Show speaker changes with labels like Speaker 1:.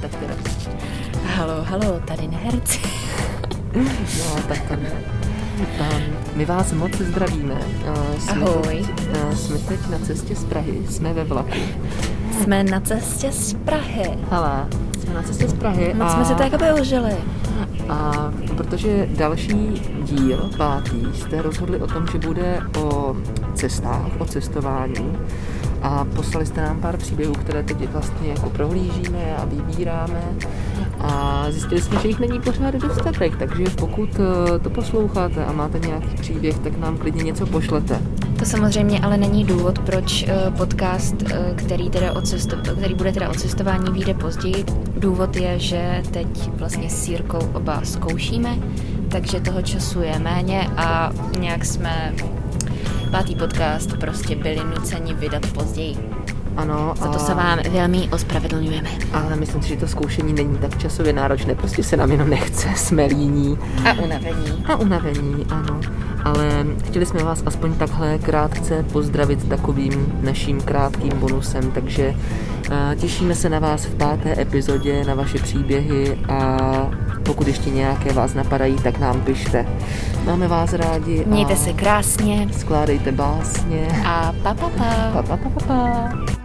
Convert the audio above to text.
Speaker 1: tak ty
Speaker 2: prostě-
Speaker 1: Halo, halo, tady neherci.
Speaker 2: No, tak to ne. Um, My vás moc zdravíme. Uh, Jsme
Speaker 1: Ahoj.
Speaker 2: Teď, uh, jsme teď na cestě z Prahy, jsme ve vlaku.
Speaker 1: Jsme na cestě z Prahy.
Speaker 2: Hele, jsme na cestě z Prahy
Speaker 1: Moc
Speaker 2: a,
Speaker 1: jsme se tak jakoby užili.
Speaker 2: a protože další díl, pátý, jste rozhodli o tom, že bude o cestách, o cestování a poslali jste nám pár příběhů, které teď vlastně jako prohlížíme a vybíráme a zjistili jsme, že jich není pořád dostatek, takže pokud eh, to posloucháte a máte nějaký příběh, tak nám klidně něco pošlete.
Speaker 1: To samozřejmě ale není důvod, proč eh, podcast, eh, který, teda o cesto, který bude teda o cestování, vyjde později. Důvod je, že teď vlastně s Sírkou oba zkoušíme, takže toho času je méně a nějak jsme pátý podcast prostě byli nuceni vydat později.
Speaker 2: Ano,
Speaker 1: Za to
Speaker 2: a-
Speaker 1: se vám velmi ospravedlňujeme.
Speaker 2: Ale myslím si, že to zkoušení není tak časově náročné, prostě se nám jenom nechce, jsme líní
Speaker 1: A unavení.
Speaker 2: a unavení, ano. Ale chtěli jsme vás aspoň takhle krátce pozdravit takovým naším krátkým bonusem, takže eh, těšíme se na vás v páté epizodě, na vaše příběhy a pokud ještě nějaké vás napadají, tak nám pište. Máme vás rádi a
Speaker 1: Mějte se krásně
Speaker 2: skládejte básně.
Speaker 1: a Uh, pa pa pa.
Speaker 2: Pa, pa, pa, pa, pa.